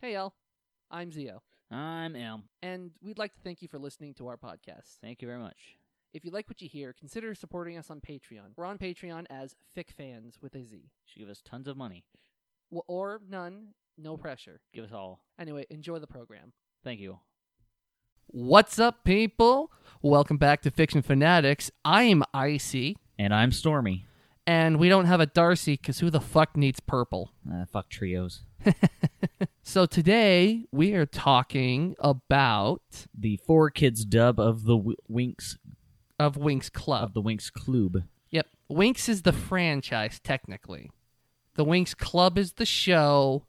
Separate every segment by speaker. Speaker 1: Hey, y'all. I'm Zio,
Speaker 2: I'm Elm.
Speaker 1: and we'd like to thank you for listening to our podcast.
Speaker 2: Thank you very much.
Speaker 1: If you like what you hear, consider supporting us on Patreon. We're on Patreon as FicFans with a Z.
Speaker 2: Should give us tons of money.
Speaker 1: W- Or none, no pressure.
Speaker 2: Give us all.
Speaker 1: Anyway, enjoy the program.
Speaker 2: Thank you.
Speaker 1: What's up, people? Welcome back to Fiction Fanatics. I'm Icy,
Speaker 2: And I'm Stormy.
Speaker 1: and we don't have a Darcy because who the fuck needs purple?
Speaker 2: Uh, fuck trios.
Speaker 1: So today we are talking about
Speaker 2: The four kids dub of the w- Winks
Speaker 1: of Winx
Speaker 2: of
Speaker 1: Club.
Speaker 2: the Winks Club.
Speaker 1: Yep, Winx is the franchise technically. The Winx Club is the show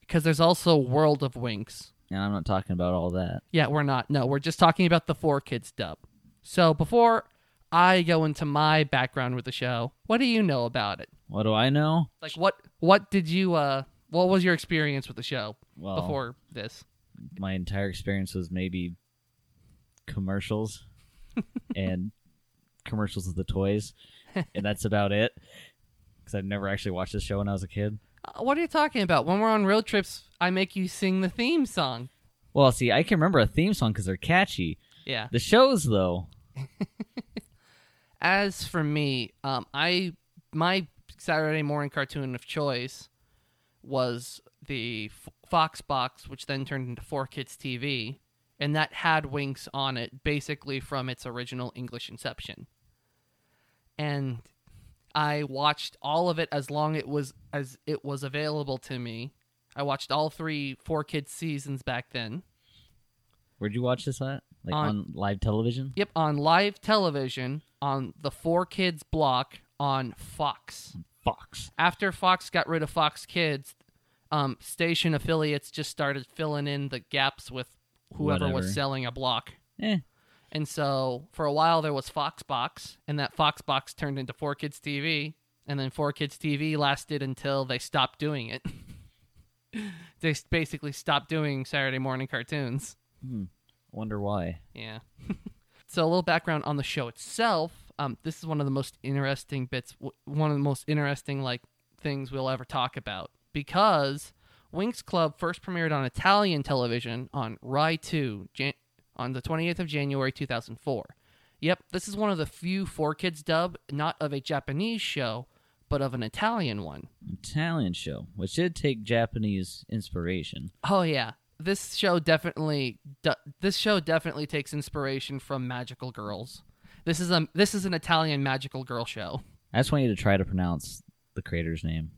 Speaker 1: because there's also World of Winx.
Speaker 2: And I'm not talking about all that.
Speaker 1: Yeah, we're not. No, we're just talking about the four kids dub. So before I go into my background with the show, what do you know about it?
Speaker 2: What do I know?
Speaker 1: Like what what did you uh what was your experience with the show
Speaker 2: Well,
Speaker 1: before this?
Speaker 2: my entire experience was maybe commercials and commercials of the toys, and that's about it. Because I've never actually watched this show when I was a kid.
Speaker 1: Uh, What are you talking about? When we're on road trips, I make you sing the theme song.
Speaker 2: Well, see, I can remember a theme song because they're catchy.
Speaker 1: Yeah.
Speaker 2: The shows, though,
Speaker 1: As for me, um, I my Saturday morning cartoon of choice was the F- Fox Box, which then turned into Four Kids TV, and that had Winx on it, basically from its original English inception. And I watched all of it as long it was as it was available to me. I watched all three Four Kids seasons back then.
Speaker 2: where'd you watch this at? Like
Speaker 1: On-
Speaker 2: on, live television?
Speaker 1: Yep, on live television on the Four Kids block on Fox.
Speaker 2: Fox.
Speaker 1: after Fox got rid of Fox Kids, um, station affiliates just started filling in the gaps with whoever
Speaker 2: Whatever.
Speaker 1: was selling a block.
Speaker 2: Eh.
Speaker 1: And so for a while there was Fox Box, and that Fox Box turned into Four Kids TV, and then Four Kids TV lasted until they stopped doing it. they s- basically stopped doing Saturday morning cartoons.
Speaker 2: Wonder why.
Speaker 1: Yeah. so a little background on the show itself. Um, this is one of the most interesting bits, w- one of the most interesting like things we'll ever talk about because Winx Club first premiered on Italian television on Rai 2 Jan- on the 28th of January 2004. Yep, this is one of the few four kids dub not of a Japanese show, but of an Italian one.
Speaker 2: Italian show, which did take Japanese inspiration.
Speaker 1: Oh yeah, this show definitely d this show definitely takes inspiration from Magical Girls. This is a this is an Italian Magical Girl show.
Speaker 2: I just want you to try to pronounce the creator's name.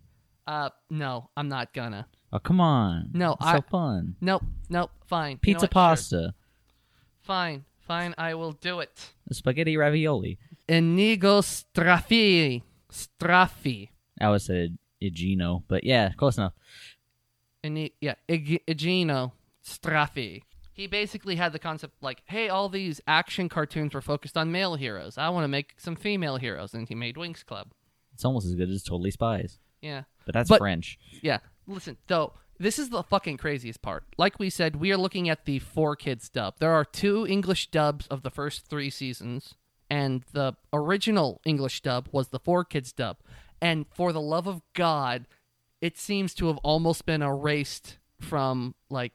Speaker 1: Uh, no, I'm not gonna.
Speaker 2: Oh, come on.
Speaker 1: No,
Speaker 2: It's
Speaker 1: I-
Speaker 2: so fun.
Speaker 1: Nope, nope. Fine. You know
Speaker 2: Pizza
Speaker 1: what? Sure.
Speaker 2: pasta,
Speaker 1: Fine, fine. I will do it.
Speaker 2: spaghetti ravioli.
Speaker 1: Inigo Straffi, Straffi.
Speaker 2: I would say Igino, but yeah, close enough.
Speaker 1: Ini- yeah, Ig- Igino Straffi. He basically had the concept like, hey, all these action cartoons were focused on male heroes. I want to make some female heroes, and he made Winx Club.
Speaker 2: It's almost as good as Totally Spies,
Speaker 1: Yeah.
Speaker 2: but that's
Speaker 1: But-
Speaker 2: French.
Speaker 1: Yeah. Listen, though, this is the fucking craziest part. Like we said, we are looking at the four kids dub. There are two English dubs of the first three seasons, and the original English dub was the four kids dub. And for the love of God, it seems to have almost been erased from like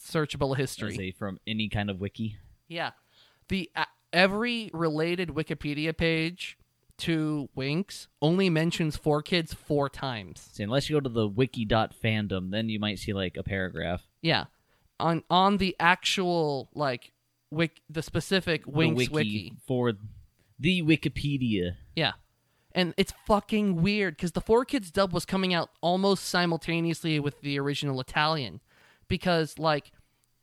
Speaker 1: searchable
Speaker 2: I'd
Speaker 1: history.
Speaker 2: say from any kind of wiki.
Speaker 1: Yeah. The uh, every related Wikipedia page to Winx only mentions four kids four times.
Speaker 2: See, unless you go to the wiki dot fandom, then you might see like a paragraph.
Speaker 1: Yeah. On on the actual like wik the specific
Speaker 2: The
Speaker 1: Winx
Speaker 2: wiki
Speaker 1: wiki.
Speaker 2: for the Wikipedia.
Speaker 1: Yeah. And it's fucking weird cuz the 4 Kids dub was coming out almost simultaneously with the original Italian because like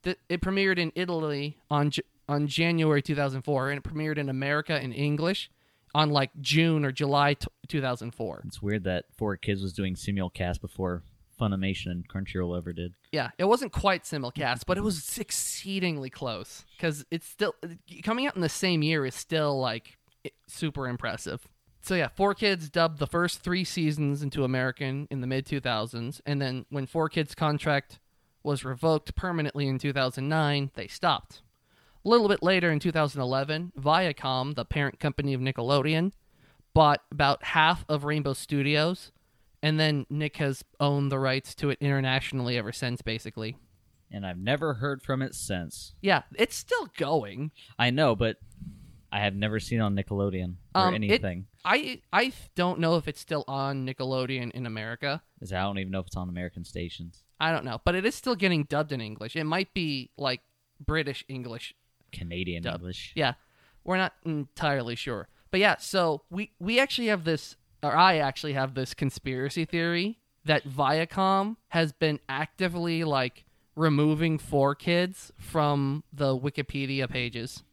Speaker 1: the, it premiered in Italy on J- on January 2004 and it premiered in America in English on like June or July t- 2004.
Speaker 2: It's weird that Four Kids was doing simulcast before Funimation and Crunchyroll ever did.
Speaker 1: Yeah, it wasn't quite simulcast, but it was exceedingly close because it's still coming out in the same year is still like i- super impressive. So yeah, Four Kids dubbed the first three seasons into American in the mid 2000s, and then when Four Kids contract was revoked permanently in 2009, they stopped. A little bit later in 2011, Viacom, the parent company of Nickelodeon, bought about half of Rainbow Studios and then Nick has owned the rights to it internationally ever since, basically.
Speaker 2: and I've never heard from it since.
Speaker 1: Yeah, it's still going.
Speaker 2: I know, but I have never seen on Nickelodeon or
Speaker 1: Um, it-
Speaker 2: anything.
Speaker 1: I I don't know if it's still on Nickelodeon in America.
Speaker 2: 'cause I don't even know if it's on American stations.
Speaker 1: I don't know, but it is still getting dubbed in English. It might be like British English.
Speaker 2: Canadian
Speaker 1: Dub.
Speaker 2: English.
Speaker 1: Yeah, we're not entirely sure. But yeah, so we we actually have this, or I actually have this conspiracy theory that Viacom has been actively like removing four kids from the Wikipedia pages.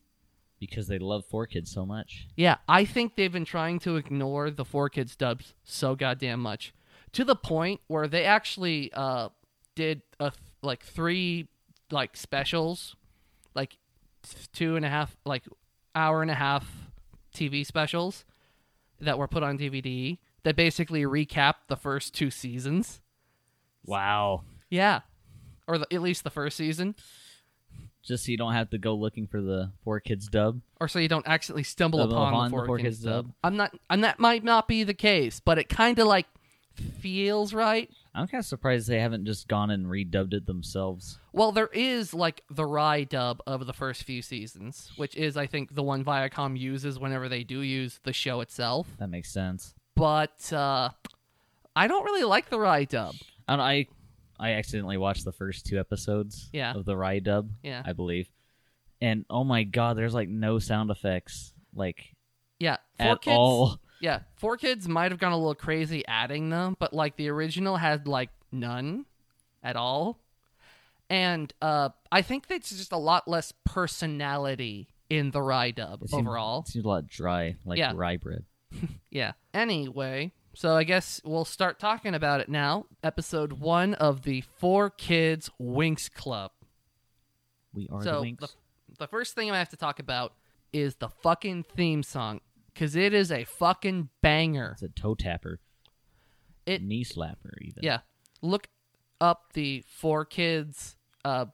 Speaker 2: Because they love four kids so much.
Speaker 1: Yeah, I think they've been trying to ignore the four kids dubs so goddamn much, to the point where they actually uh, did a th- like three like specials, like two and a half like hour and a half TV specials that were put on DVD that basically recap the first two seasons.
Speaker 2: Wow.
Speaker 1: Yeah, or the, at least the first season,
Speaker 2: Just so you don't have to go looking for the four kids dub.
Speaker 1: or so you don't accidentally stumble
Speaker 2: Stumble
Speaker 1: upon,
Speaker 2: upon
Speaker 1: the four, kids, dub.
Speaker 2: dub.
Speaker 1: I'm not, and that might not be the case, but it kind of like feels right.
Speaker 2: I'm kind of surprised they haven't just gone and redubbed it themselves.
Speaker 1: Well, there is like the Rye dub of the first few seasons, which is I think the one Viacom uses whenever they do use the show itself.
Speaker 2: That makes sense.
Speaker 1: But uh, I don't really like the Rye dub.
Speaker 2: And I, I accidentally watched the first two episodes
Speaker 1: Yeah.
Speaker 2: of the Rye dub,
Speaker 1: Yeah,
Speaker 2: I believe. And oh my god, there's like no sound effects, like
Speaker 1: yeah. Four
Speaker 2: at
Speaker 1: kids,
Speaker 2: all.
Speaker 1: yeah. Four kids might have gone a little crazy adding them, but like the original had like none at all, and uh, I think that's just a lot less personality in the Rye dub
Speaker 2: It seemed-
Speaker 1: overall.
Speaker 2: It seems a lot dry, like
Speaker 1: Yeah.
Speaker 2: rye bread.
Speaker 1: Yeah. Anyway, so I guess we'll start talking about it now. Episode one of the Four Kids Winks Club.
Speaker 2: We are the
Speaker 1: so
Speaker 2: winks.
Speaker 1: the, the first thing I have to talk about is the fucking theme song because it is a fucking banger.
Speaker 2: It's a toe tapper.
Speaker 1: It-
Speaker 2: knee slapper even.
Speaker 1: Yeah. Look up the Four Kids uh,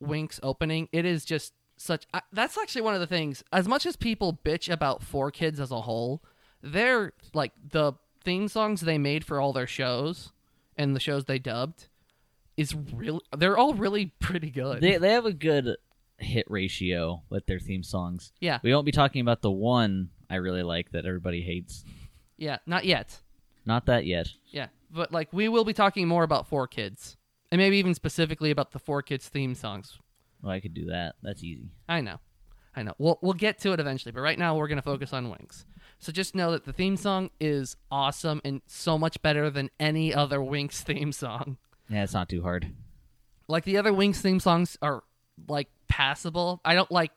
Speaker 1: Winks opening. It is just such. I, that's actually one of the things. As much as people bitch about Four Kids as a whole, they're like the theme songs they made for all their shows and the shows they dubbed is really. They're all really pretty good.
Speaker 2: They they have a good hit ratio with their theme songs.
Speaker 1: yeah.
Speaker 2: We won't be talking about the one I really like that everybody hates.
Speaker 1: Yeah. Not yet.
Speaker 2: Not that yet.
Speaker 1: Yeah. But like we will be talking more about Four Kids and maybe even specifically about the Four Kids theme songs.
Speaker 2: Well, Oh, I could do that. That's easy.
Speaker 1: I know. I know. We'll we'll get to it eventually, but right now we're going to focus on Wings. So just know that the theme song is awesome and so much better than any other Wings theme song.
Speaker 2: Yeah, it's not too hard.
Speaker 1: Like the other Wings theme songs are like passable. I don't like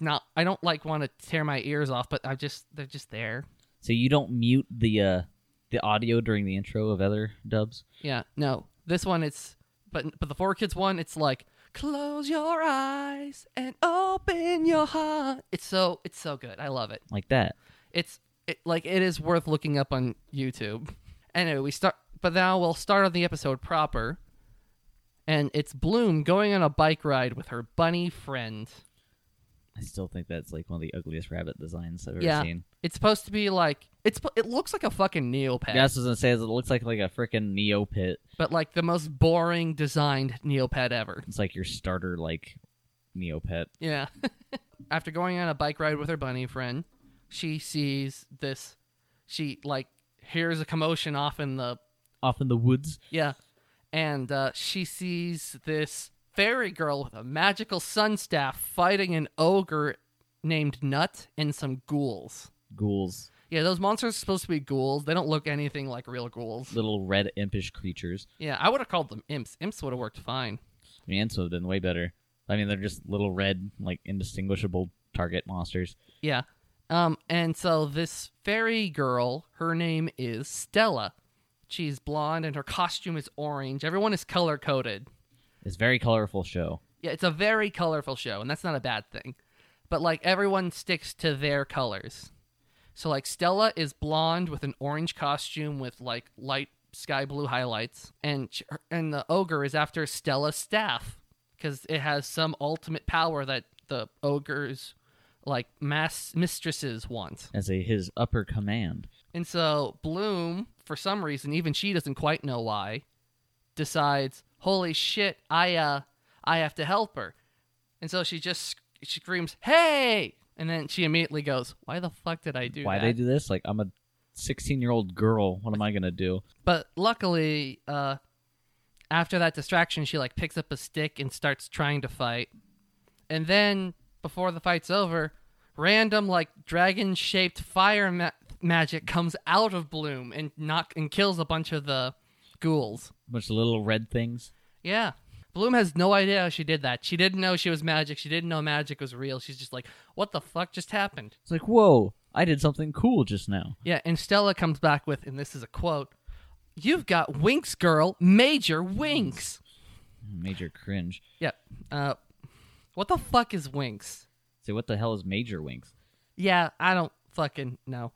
Speaker 1: not I don't like want to tear my ears off, but I just they're just there.
Speaker 2: So you don't mute the uh the audio during the intro of other dubs.
Speaker 1: Yeah. No. This one it's but but the Four Kids one it's like close your eyes and open your heart. It's so it's so good. I love it.
Speaker 2: Like that.
Speaker 1: it's it, like it is worth looking up on YouTube. Anyway, we start, but now we'll start on the episode proper, and it's Bloom going on a bike ride with her bunny friend.
Speaker 2: I still think that's like one of the ugliest rabbit designs I've ever
Speaker 1: Yeah.
Speaker 2: seen.
Speaker 1: It's supposed to be like it's pu- it looks like a fucking neopet,
Speaker 2: Yeah, that's what I was gonna say is it looks like like a freaking Neopit.
Speaker 1: but like the most boring designed neopet ever.
Speaker 2: It's like your starter like Neopet.
Speaker 1: Yeah. After going on a bike ride with her bunny friend, she sees this. She like hears a commotion off in the
Speaker 2: Off in the woods.
Speaker 1: Yeah. And uh, she sees this fairy girl with a magical sun staff fighting an ogre named Nut and some ghouls.
Speaker 2: Ghouls.
Speaker 1: Yeah, those monsters are supposed to be ghouls. They don't look anything like real ghouls.
Speaker 2: little red impish creatures.
Speaker 1: Yeah, I would have called them imps. Imps would have worked fine.
Speaker 2: I mean, ants would have been way better. I mean, they're just little red, like indistinguishable target monsters.
Speaker 1: Yeah. Um, and so this fairy girl, her name is Stella. She's blonde and her costume is orange. Everyone is color coded.
Speaker 2: It's a very colorful show.
Speaker 1: Yeah, it's a very colorful show, and that's not a bad thing. But like everyone sticks to their colors. So like Stella is blonde with an orange costume with like light sky blue highlights, and sh- her- and the ogre is after Stella's staff because it has some ultimate power that the ogres like mass mistresses want.
Speaker 2: As a his upper command,
Speaker 1: And so Bloom for some reason, even she doesn't quite know why, decides, "Holy shit, I uh, I have to help her," and so she just sc- she screams, "Hey!" and then she immediately goes, "Why the fuck did I do
Speaker 2: Why
Speaker 1: that?"
Speaker 2: they do this? Like I'm a 16 year old girl. What am I gonna do?
Speaker 1: but luckily, uh, after that distraction, she like picks up a stick and starts trying to fight, and then before the fight's over, random like dragon shaped fire ma- magic comes out of bloom and knock and kills a bunch of the ghouls.
Speaker 2: A bunch of little red things.
Speaker 1: Yeah. Bloom has no idea how she did that. She didn't know she was magic. She didn't know magic was real. She's just like, what the fuck just happened?
Speaker 2: It's like whoa, I did something cool just now.
Speaker 1: Yeah, and Stella comes back with, and this is a quote You've got winks, girl, major winks.
Speaker 2: Major cringe.
Speaker 1: Yep. Uh, what the fuck is winks?
Speaker 2: Say what the hell is major winks?
Speaker 1: Yeah, I don't fucking know.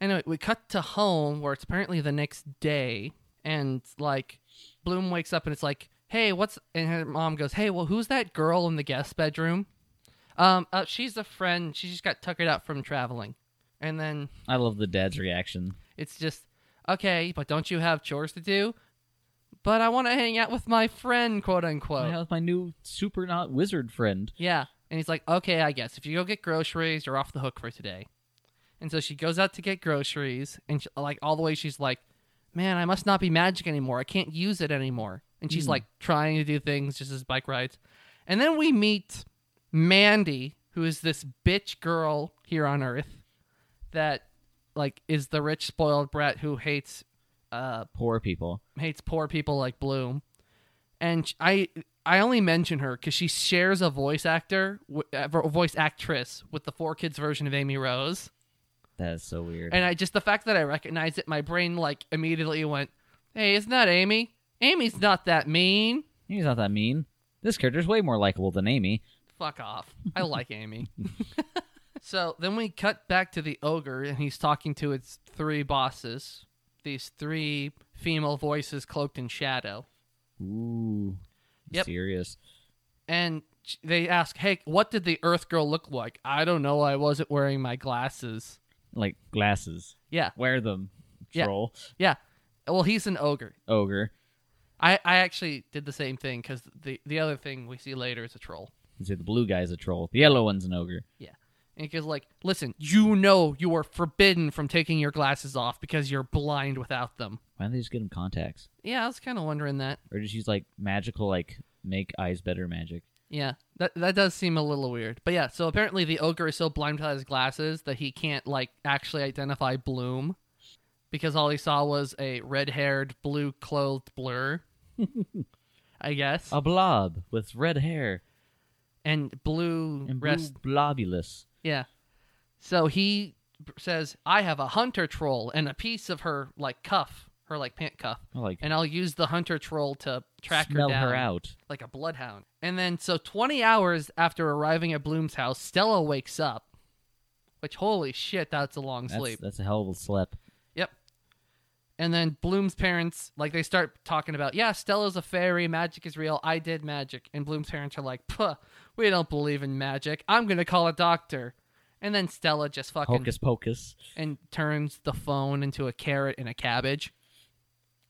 Speaker 1: Anyway, we cut to home where it's apparently the next day, and like Bloom wakes up and it's like, "Hey, what's?" And her mom goes, "Hey, well, who's that girl in the guest bedroom?" Um, uh, she's a friend. She just got tuckered out from traveling, and then
Speaker 2: I love the dad's reaction.
Speaker 1: it's just, "Okay, but don't you have chores to do?" But I want to hang out with my friend, quote unquote.
Speaker 2: I have my new super not wizard friend.
Speaker 1: Yeah. And he's like, okay, I guess. If you go get groceries, you're off the hook for today. And so she goes out to get groceries. And she, like, all the way, she's like, man, I must not be magic anymore. I can't use it anymore. And she's like trying to do things just as bike rides. And then we meet Mandy, who is this bitch girl here on Earth that, like, is the rich, spoiled brat who hates, uh,
Speaker 2: Poor people.
Speaker 1: hates poor people like Bloom, and sh- I I only mention her because she shares a voice actor, w- uh, vo- voice actress with the four kids version of Amy Rose,
Speaker 2: That is so weird.
Speaker 1: and I just the fact that I recognized it, my brain like immediately went, "Hey, isn't that Amy? Amy's not that mean."
Speaker 2: He's not that mean. This character's way more likable than Amy.
Speaker 1: Fuck off. I like Amy. so then we cut back to the ogre, and he's talking to its three bosses, these three female voices cloaked in shadow.
Speaker 2: Ooh.
Speaker 1: Yep.
Speaker 2: Serious.
Speaker 1: and sh- they ask, "Hey, what did the Earth Girl look like?" I don't know. I wasn't wearing my glasses.
Speaker 2: Like glasses.
Speaker 1: Yeah,
Speaker 2: Wear them.
Speaker 1: Yeah.
Speaker 2: Troll.
Speaker 1: yeah. Well, he's an ogre.
Speaker 2: Ogre.
Speaker 1: I, I actually did the same thing because the the other thing we see later is a troll.
Speaker 2: You say the blue guy's a troll. The yellow one's an ogre.
Speaker 1: And he goes like, "Listen, you know you are forbidden from taking your glasses off because you're blind without them."
Speaker 2: Why don't they just get him contacts?
Speaker 1: Yeah, I was kind of wondering that.
Speaker 2: Or just use like magical like make eyes better magic.
Speaker 1: Yeah, that that does seem a little weird. But yeah, so apparently the ogre is so blind without his glasses that he can't like actually identify Bloom because all he saw was a red-haired, blue-clothed blur. I guess.
Speaker 2: A blob with red hair
Speaker 1: and blue
Speaker 2: and blue
Speaker 1: rest.
Speaker 2: blobulous.
Speaker 1: Yeah. So he b- says, "I have a hunter troll and a piece of her like cuff, her like pant cuff,
Speaker 2: I like
Speaker 1: and I'll use the hunter troll to track
Speaker 2: smell
Speaker 1: her down."
Speaker 2: out.
Speaker 1: like a bloodhound. And then, so 20 hours after arriving at Bloom's house, Stella wakes up, which, holy shit, that's a long
Speaker 2: That's,
Speaker 1: sleep.
Speaker 2: that's a hell of a slip.
Speaker 1: Yep. And then Bloom's parents, like, they start talking about, yeah, Stella's a fairy, magic is real, I did magic. And Bloom's parents are like, puh, we don't believe in magic, I'm going to call a doctor. And then Stella just fucking
Speaker 2: Hocus pocus.
Speaker 1: and turns the phone into a carrot and a cabbage.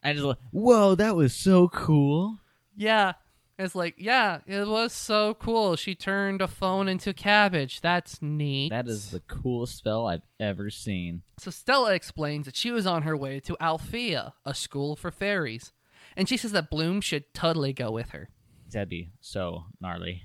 Speaker 2: I just like, whoa, that was so cool.
Speaker 1: Yeah. It's like, yeah, it was so cool. She turned a phone into cabbage. That's neat.
Speaker 2: That is the coolest spell I've ever seen.
Speaker 1: So Stella explains that she was on her way to Althea, a school for fairies, and she says that Bloom should totally go with her.
Speaker 2: That'd be so gnarly.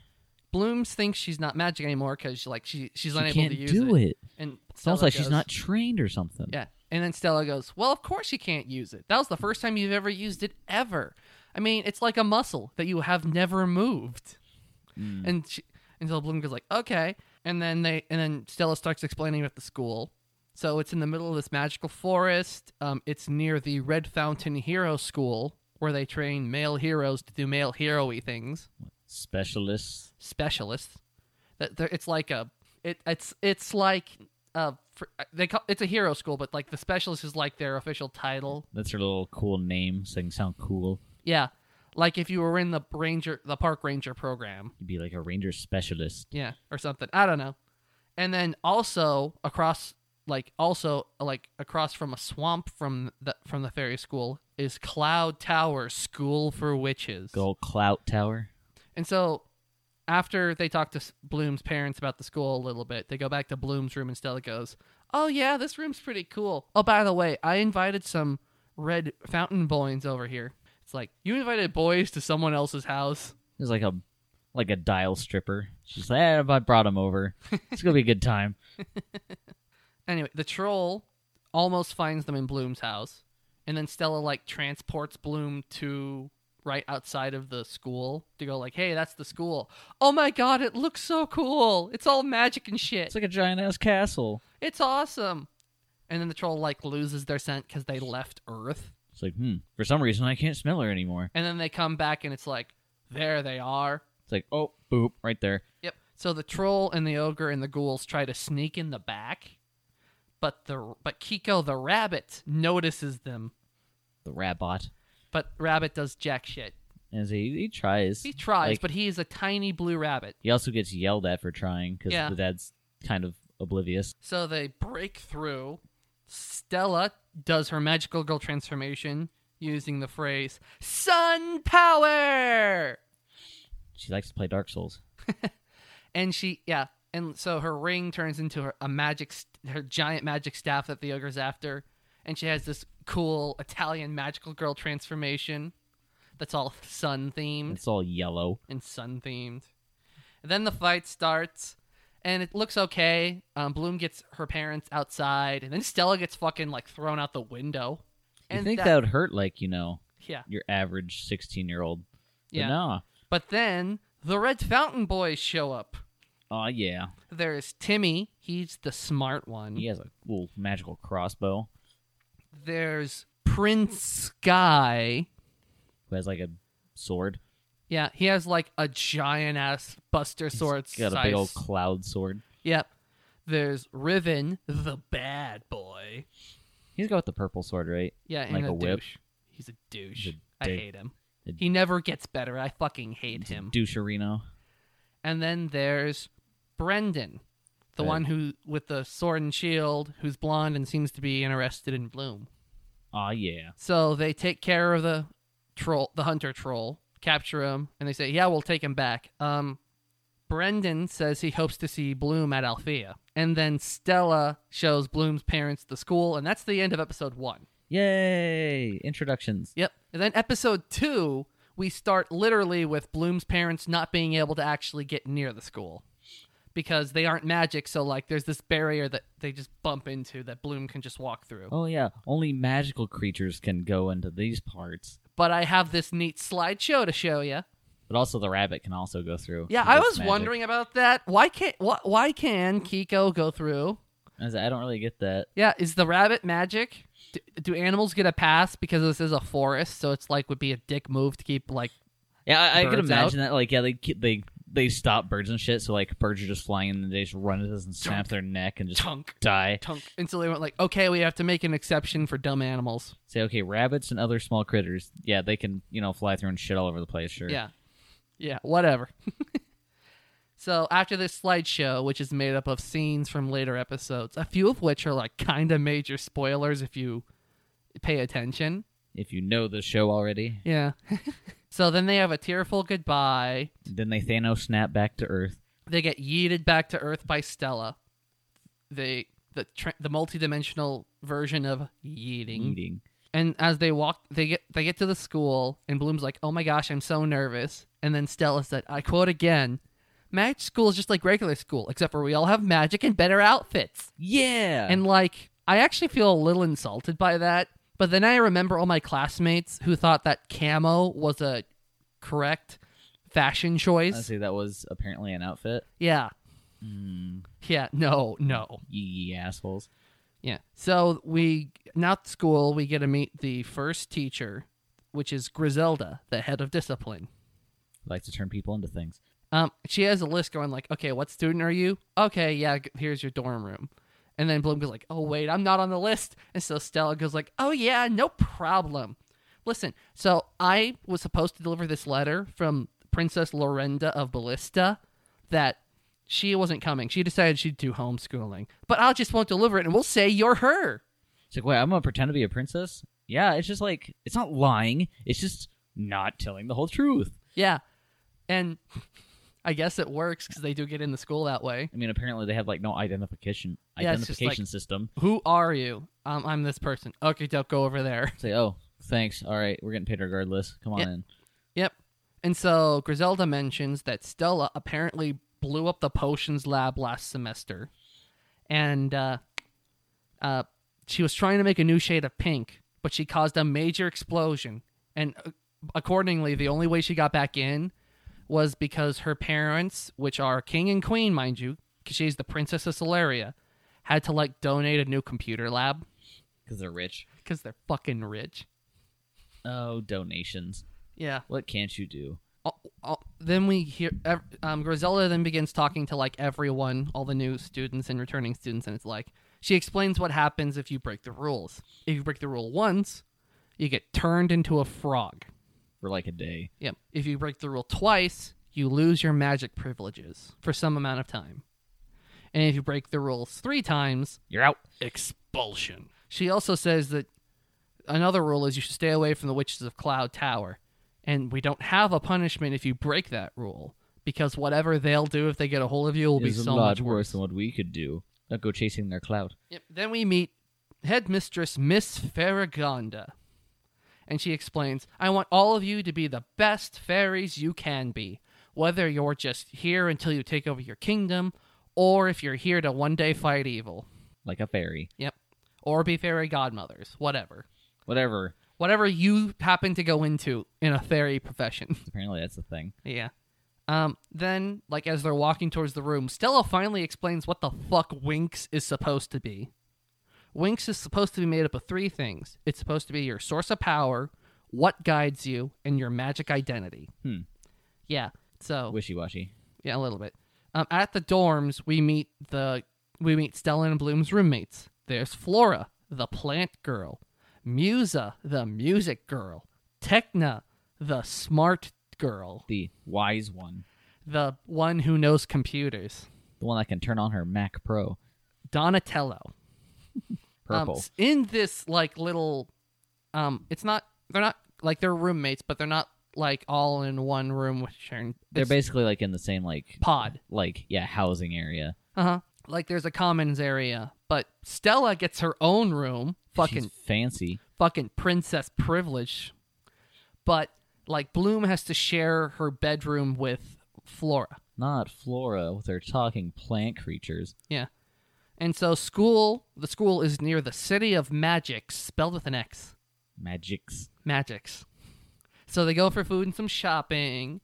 Speaker 1: Blooms thinks she's not magic anymore because like she she's unable
Speaker 2: she can't
Speaker 1: to use
Speaker 2: do it.
Speaker 1: And
Speaker 2: It's almost
Speaker 1: Stella
Speaker 2: like she's
Speaker 1: goes-
Speaker 2: not trained or something.
Speaker 1: Yeah, and then Stella goes, "Well, of course you can't use it. That was the first time you've ever used it ever. I mean, it's like a muscle that you have never moved." And she, and so Bloom goes like, "Okay." And then they and then Stella starts explaining at the school. So it's in the middle of this magical forest. Um, it's near the Red Fountain Hero School where they train male heroes to do male hero-y things.
Speaker 2: Specialists.
Speaker 1: Specialists. That they're- it's like a it it's it's like uh fr- they call it's a hero school, but like the specialist is like their official title.
Speaker 2: That's her little cool name, so they can sound cool.
Speaker 1: Yeah, like if you were in the ranger the park ranger program.
Speaker 2: You'd be like a ranger specialist.
Speaker 1: Yeah, or something. I don't know. And then also across like also like across from a swamp from the from the fairy school is Cloud Tower School for Witches.
Speaker 2: Good old clout tower.
Speaker 1: And so after they talk to S- Bloom's parents about the school a little bit, they go back to Bloom's room and Stella goes, "Oh yeah, this room's pretty cool. Oh by the way, I invited some red fountain boys over here." It's like, "You invited boys to someone else's house?"
Speaker 2: There's like a like a dial stripper. She's like, eh, I brought him over. It's gonna be a good time.
Speaker 1: Anyway, the troll almost finds them in Bloom's house, and then Stella like transports Bloom to right outside of the school to go like, "Hey, that's the school. Oh my god, it looks so cool. It's all magic and shit.
Speaker 2: It's like a giant ass castle.
Speaker 1: It's awesome." And then the troll like loses their scent cuz they left Earth.
Speaker 2: It's like, hmm. For some reason, I can't smell her anymore.
Speaker 1: And then they come back and it's like, "There they are."
Speaker 2: It's like, oh, boop, right there.
Speaker 1: Yep. So the troll and the ogre and the ghouls try to sneak in the back, but the but Kiko the rabbit notices them
Speaker 2: The rabot.
Speaker 1: But Rabbit does jack shit.
Speaker 2: And so he, he tries.
Speaker 1: He tries,
Speaker 2: Like-
Speaker 1: but he is a tiny blue rabbit.
Speaker 2: He also gets yelled at for trying because
Speaker 1: Yeah.
Speaker 2: the dad's kind of oblivious.
Speaker 1: So they break through. Stella does her magical girl transformation using the phrase "sun power,"
Speaker 2: She likes to play Dark Souls.
Speaker 1: and she yeah, and so her ring turns into her, a magic, st- her giant magic staff that the ogre's after, and she has this cool Italian magical girl transformation that's all sun themed.
Speaker 2: It's all yellow.
Speaker 1: and sun themed. Then the fight starts, and it looks okay. Um, Bloom gets her parents outside, and then Stella gets fucking like thrown out the window.
Speaker 2: You
Speaker 1: And
Speaker 2: think that, would hurt like you know
Speaker 1: yeah,
Speaker 2: your average sixteen year old?
Speaker 1: Yeah.
Speaker 2: Nah.
Speaker 1: but then the Red Fountain Boys show up.
Speaker 2: Oh yeah.
Speaker 1: There's Timmy, he's the smart one.
Speaker 2: He has a cool magical crossbow
Speaker 1: There's Prince Sky.
Speaker 2: who has like a sword.
Speaker 1: Yeah, he has like a giant ass Buster sword.
Speaker 2: He's got a big old cloud sword.
Speaker 1: Yep. There's Riven, the bad boy.
Speaker 2: He's got the purple sword, right?
Speaker 1: Yeah, and
Speaker 2: Like
Speaker 1: a,
Speaker 2: a whip.
Speaker 1: douche. He's a douche.
Speaker 2: He's a
Speaker 1: I
Speaker 2: dick.
Speaker 1: hate him.
Speaker 2: A-
Speaker 1: He never gets better. I fucking hate
Speaker 2: He's a
Speaker 1: him.
Speaker 2: Doucherino.
Speaker 1: And then there's Brendan, the
Speaker 2: Right.
Speaker 1: one who with the sword and shield, who's blonde and seems to be interested in Bloom.
Speaker 2: Oh yeah.
Speaker 1: So they take care of the troll, the hunter troll, capture him, and they say, "Yeah, we'll take him back." Um, Brendan says he hopes to see Bloom at Althea, and then Stella shows Bloom's parents the school, and that's the end of episode one.
Speaker 2: Yay! Introductions.
Speaker 1: Yep. And then episode two, we start literally with Bloom's parents not being able to actually get near the school because they aren't magic. So, like, there's this barrier that they just bump into that Bloom can just walk through.
Speaker 2: Oh yeah. Only magical creatures can go into these parts.
Speaker 1: But I have this neat slideshow to show you.
Speaker 2: But also the rabbit can also go through.
Speaker 1: Yeah,
Speaker 2: He
Speaker 1: I
Speaker 2: gets
Speaker 1: was
Speaker 2: magic.
Speaker 1: wondering about that. Why can't why, why can Kiko go through?
Speaker 2: I, was like, I don't really get that.
Speaker 1: Yeah, is the rabbit magic? Do, do animals get a pass because this is a forest? So it's like would be a dick move to keep like
Speaker 2: Yeah, I, I could
Speaker 1: Birds
Speaker 2: imagine that. Like, yeah, they ki- they they stop birds and shit. So like, birds are just flying and they just run at us and snap their neck and just
Speaker 1: Chunk.
Speaker 2: die.
Speaker 1: Tunk. And so they went like, okay, we have to make an exception for dumb animals.
Speaker 2: Say, okay, rabbits and other small critters. Yeah, they can you know fly through and shit all over the place. Sure.
Speaker 1: Yeah. Yeah, whatever. so after this slideshow, which is made up of scenes from later episodes, a few of which are like kind of major spoilers if you pay attention.
Speaker 2: If you know the show already,
Speaker 1: Yeah. so then they have a tearful goodbye.
Speaker 2: then they Thanos snap back to Earth.
Speaker 1: They get yeeted back to Earth by Stella. They the tra- the multidimensional version of yeeting.
Speaker 2: Eating.
Speaker 1: And as they walk, they get they get to the school, and Bloom's like, "Oh my gosh, I'm so nervous." And then Stella said, "I quote again, magic school is just like regular school, except for we all have magic and better outfits."
Speaker 2: Yeah.
Speaker 1: And like, I actually feel a little insulted by that. But then I remember all my classmates who thought that camo was a correct fashion
Speaker 2: I
Speaker 1: choice.
Speaker 2: see. That was apparently an outfit.
Speaker 1: Yeah,
Speaker 2: Mm,
Speaker 1: yeah, no, no.
Speaker 2: ye assholes.
Speaker 1: Yeah. So we now at school we get to meet the first teacher, which is Griselda, the head of discipline.
Speaker 2: Like to turn people into things.
Speaker 1: Um, she has a list going like, okay, what student are you? Okay, yeah, g- here's your dorm room. And then Bloom goes like, oh wait, I'm not on the list. And so Stella goes like, oh yeah, no problem. Listen, so I was supposed to deliver this letter from Princess Lorenda of Ballista that she wasn't coming. She decided she'd do homeschooling. But I just won't deliver it, and we'll say you're her.
Speaker 2: It's like, wait, I'm gonna pretend to be a princess. Yeah, it's just like it's not lying. It's just not telling the whole truth.
Speaker 1: Yeah, and I guess it works because they do get in the school that way.
Speaker 2: I mean, apparently they have like no identification
Speaker 1: Yeah, it's just
Speaker 2: identification
Speaker 1: like-
Speaker 2: system.
Speaker 1: Who are you? Um, I'm this person. Okay, dope. Go over there.
Speaker 2: Say, oh, thanks. All right, we're getting paid regardless. Come on
Speaker 1: Yeah.
Speaker 2: in.
Speaker 1: Yep. And so Griselda mentions that Stella apparently blew up the potions lab last semester, and uh, uh, she was trying to make a new shade of pink, but she caused a major explosion. And uh, accordingly, the only way she got back in was because her parents, which are king and queen, mind you, because she's the princess of Solaria, had to like donate a new computer lab
Speaker 2: Because they're rich.
Speaker 1: because they're fucking rich.
Speaker 2: Oh, donations.
Speaker 1: Yeah.
Speaker 2: What can't you do?
Speaker 1: all, all, then we hear ev- um, Griselda then begins talking to like everyone, all the new students and returning students, and it's like she explains what happens if you break the rules. If you break the rule once, you get turned into a frog.
Speaker 2: For like a day.
Speaker 1: Yep. If you break the rule twice, you lose your magic privileges for some amount of time. And if you break the rules three times,
Speaker 2: You're out.
Speaker 1: expulsion. She also says that another rule is you should stay away from the witches of Cloud Tower. And we don't have a punishment if you break that rule because whatever they'll do if they get a hold of you will be
Speaker 2: It's
Speaker 1: so
Speaker 2: a lot
Speaker 1: much worse.
Speaker 2: than what we could do. Don't go chasing their clout.
Speaker 1: Yep. Then we meet headmistress Miss Farragonda. And she explains, I want all of you to be the best fairies you can be, whether you're just here until you take over your kingdom or if you're here to one day fight evil.
Speaker 2: Like a fairy.
Speaker 1: Yep. Or be fairy godmothers, whatever.
Speaker 2: Whatever.
Speaker 1: Whatever you happen to go into in a fairy profession.
Speaker 2: Apparently that's the thing.
Speaker 1: yeah. Um, then, like, as they're walking towards the room, Stella finally explains what the fuck Winx is supposed to be. Winx is supposed to be made up of three things it's supposed to be your source of power, what guides you, and your magic identity.
Speaker 2: Hmm.
Speaker 1: Yeah. So,
Speaker 2: Wishy washy.
Speaker 1: yeah, a little bit. Um, at the dorms, we meet the we meet Stella and Bloom's roommates. There's Flora, the plant girl, Musa, the music girl, Techna, the smart girl,
Speaker 2: The wise one.
Speaker 1: the one who knows computers,
Speaker 2: The one that can turn on her Mac Pro.
Speaker 1: Donatello. Um,
Speaker 2: Purple.
Speaker 1: s- in this like little, um, it's not they're not like they're roommates, but they're not like all in one room with sharing.
Speaker 2: They're
Speaker 1: it's
Speaker 2: basically like in the same like
Speaker 1: pod.
Speaker 2: like yeah housing area.
Speaker 1: Uh huh. Like there's a commons area, but Stella gets her own room. Fucking
Speaker 2: She's fancy.
Speaker 1: fucking princess privilege. But like Bloom has to share her bedroom with Flora.
Speaker 2: Not Flora with her talking plant creatures.
Speaker 1: Yeah. And so school the school is near the city of Magics, spelled with an X.
Speaker 2: Magics.
Speaker 1: Magics. So they go for food and some shopping.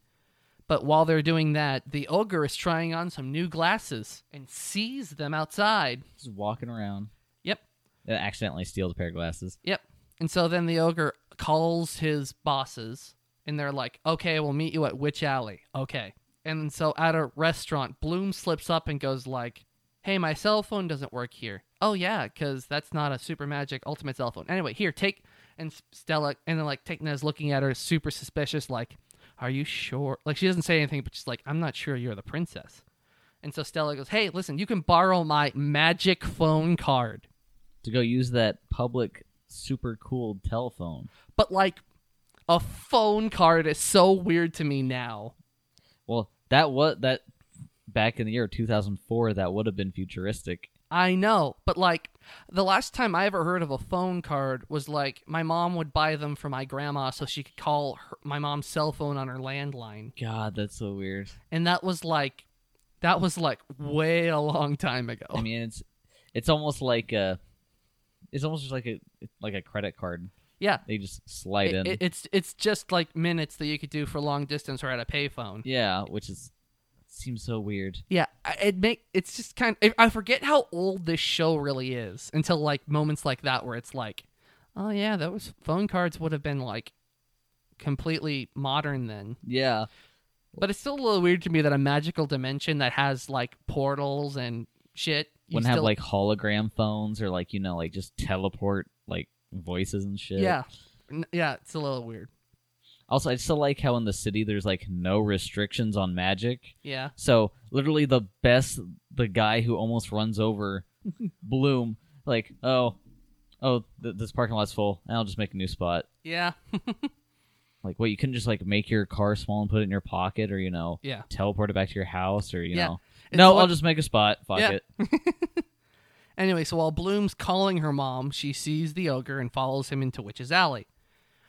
Speaker 1: But while they're doing that, the ogre is trying on some new glasses and sees them outside.
Speaker 2: Just walking around.
Speaker 1: Yep.
Speaker 2: It accidentally steals a pair of glasses.
Speaker 1: Yep. And so then the ogre calls his bosses, and they're like, "Okay, we'll meet you at which alley?" Okay. And so at a restaurant, Bloom slips up and goes like, "Hey, my cell phone doesn't work here." Oh yeah, because that's not a super magic ultimate cell phone. Anyway, here, take. And S- Stella, and then like Tekna's looking at her, super suspicious, like, "Are you sure?" Like she doesn't say anything, but she's like, "I'm not sure you're the princess." And so Stella goes, "Hey, listen, you can borrow my magic phone card."
Speaker 2: to go use that public super cool telephone.
Speaker 1: but like a phone card is so weird to me now.
Speaker 2: Well, that what that back in the year 2004 that would have been futuristic.
Speaker 1: I know, but like the last time I ever heard of a phone card was like my mom would buy them for my grandma so she could call her, my mom's cell phone on her landline.
Speaker 2: God, that's so weird.
Speaker 1: And that was like that was like way a long time ago.
Speaker 2: I mean, it's it's almost like a it's almost just like a like a credit card.
Speaker 1: yeah.
Speaker 2: They just slide
Speaker 1: It-
Speaker 2: in.
Speaker 1: it- it's it's just like minutes that you could do for long distance or at a payphone.
Speaker 2: yeah, which is seems so weird.
Speaker 1: Yeah, I- it make it's just kind of I forget how old this show really is until like moments like that where it's like, oh yeah, those phone cards would have been like completely modern then.
Speaker 2: Yeah.
Speaker 1: But it's still a little weird to me that a magical dimension that has like portals and shit you
Speaker 2: Wouldn't have
Speaker 1: still-
Speaker 2: like hologram phones or like you know like just teleport like voices and shit.
Speaker 1: yeah, N- yeah, it's a little weird.
Speaker 2: Also, I still like how in the city there's like no restrictions on magic.
Speaker 1: Yeah.
Speaker 2: So literally the best the guy who almost runs over Bloom like, "Oh, oh, th- this parking lot's full. I'll just make a new spot."
Speaker 1: Yeah.
Speaker 2: Like, what you couldn't just like make your car small and put it in your pocket or, you know,
Speaker 1: Yeah.
Speaker 2: teleport it back to your house or, you
Speaker 1: Yeah.
Speaker 2: know.
Speaker 1: It's
Speaker 2: no,
Speaker 1: what-
Speaker 2: I'll just make a spot. Fuck
Speaker 1: Yeah.
Speaker 2: it.
Speaker 1: Anyway, so while Bloom's calling her mom, she sees the ogre and follows him into Witch's Alley.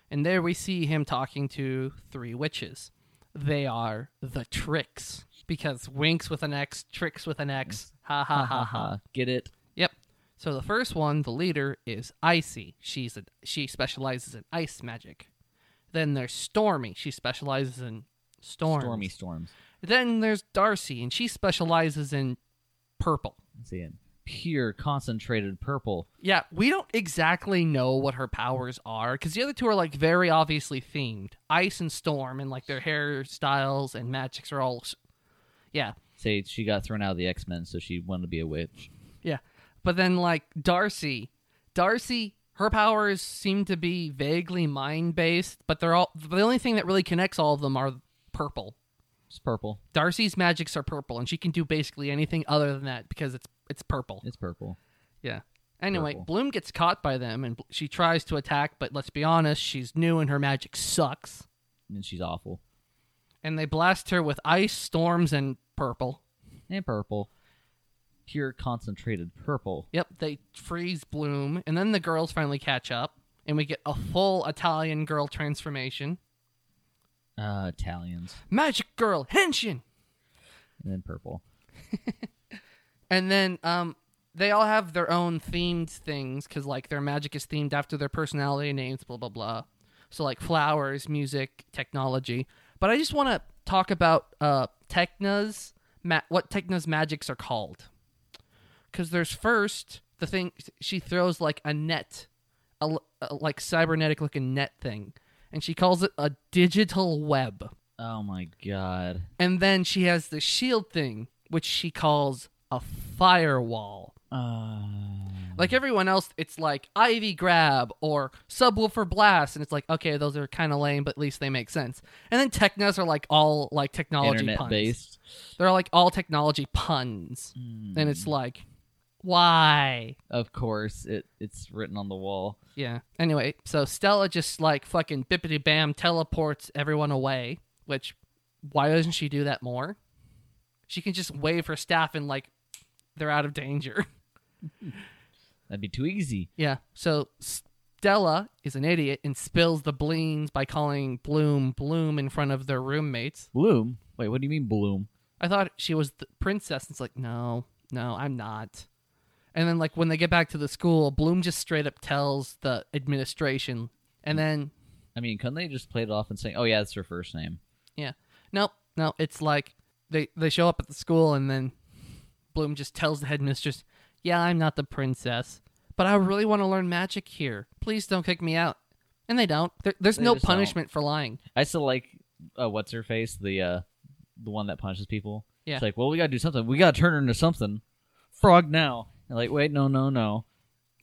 Speaker 1: And there we see him talking to three witches. They are the Tricks. Because winks with an X, tricks with an X. Ha ha ha ha.
Speaker 2: Get it?
Speaker 1: Yep. So the first one, the leader, is Icy. She's a, she specializes in ice magic. Then there's Stormy. She specializes in storms.
Speaker 2: Stormy storms.
Speaker 1: Then there's Darcy, and she specializes in purple.
Speaker 2: Let's see it. Pure concentrated purple.
Speaker 1: Yeah, we don't exactly know what her powers are because the other two are like very obviously themed. Ice and storm, and like their hairstyles and magics are all. s- Yeah,
Speaker 2: Say she got thrown out of the X Men, so she wanted to be a witch.
Speaker 1: yeah. But then like Darcy, Darcy, her powers seem to be vaguely mind based, but they're all the only thing that really connects all of them are purple.
Speaker 2: It's purple.
Speaker 1: Darcy's magics are purple, and she can do basically anything other than that because it's it's purple.
Speaker 2: It's purple.
Speaker 1: Yeah. Anyway,
Speaker 2: Purple.
Speaker 1: Bloom gets caught by them and bl- she tries to attack, but let's be honest, she's new and her magic sucks.
Speaker 2: And she's awful.
Speaker 1: And they blast her with ice, storms, and purple.
Speaker 2: And purple. Pure concentrated purple.
Speaker 1: Yep, they freeze Bloom, and then the girls finally catch up, and we get a full Italian girl transformation.
Speaker 2: Uh, Italians.
Speaker 1: Magic girl, henshin!
Speaker 2: And then purple.
Speaker 1: And then um, they all have their own themed things because like their magic is themed after their personality names, blah blah blah. So like flowers, music, technology. But I just want to talk about uh, Techna's ma- what Techna's magics are called. Because there's first the thing she throws like a net, a, l- a, like cybernetic looking net thing, and she calls it a digital web.
Speaker 2: Oh my god.
Speaker 1: And then she has the shield thing, which she calls a firewall.
Speaker 2: Uh,
Speaker 1: Like everyone else, it's like Ivy Grab or Subwoofer Blast, and it's like, okay, those are kind of lame, but at least they make sense. And then Technas are like all like technology
Speaker 2: internet
Speaker 1: puns.
Speaker 2: based.
Speaker 1: They're like all technology puns, and it's like, why?
Speaker 2: Of course, it it's written on the wall.
Speaker 1: Yeah. Anyway, so Stella just like fucking bippity bam teleports everyone away. Which, why doesn't she do that more? She can just wave her staff and like, they're out of danger.
Speaker 2: That'd be too easy.
Speaker 1: Yeah. So Stella is an idiot and spills the bleens by calling Bloom Bloom in front of their roommates.
Speaker 2: Bloom. Wait, what do you mean Bloom?
Speaker 1: I thought she was the princess. It's like, no, no, I'm not. And then, like, when they get back to the school, Bloom just straight up tells the administration. And then,
Speaker 2: I mean, couldn't they just play it off and say, "Oh yeah, it's her first name"?
Speaker 1: yeah. Nope, no, it's like they, they show up at the school, and then Bloom just tells the headmistress, yeah, I'm not the princess, but I really want to learn magic here. Please don't kick me out. And they don't. There, there's
Speaker 2: They
Speaker 1: no
Speaker 2: just don't.
Speaker 1: punishment for lying.
Speaker 2: I still like uh, what's her face, the uh, the one that punches people.
Speaker 1: Yeah.
Speaker 2: It's like, well, we gotta do something. We gotta turn her into something. Frog now. And like, wait, no, no, no.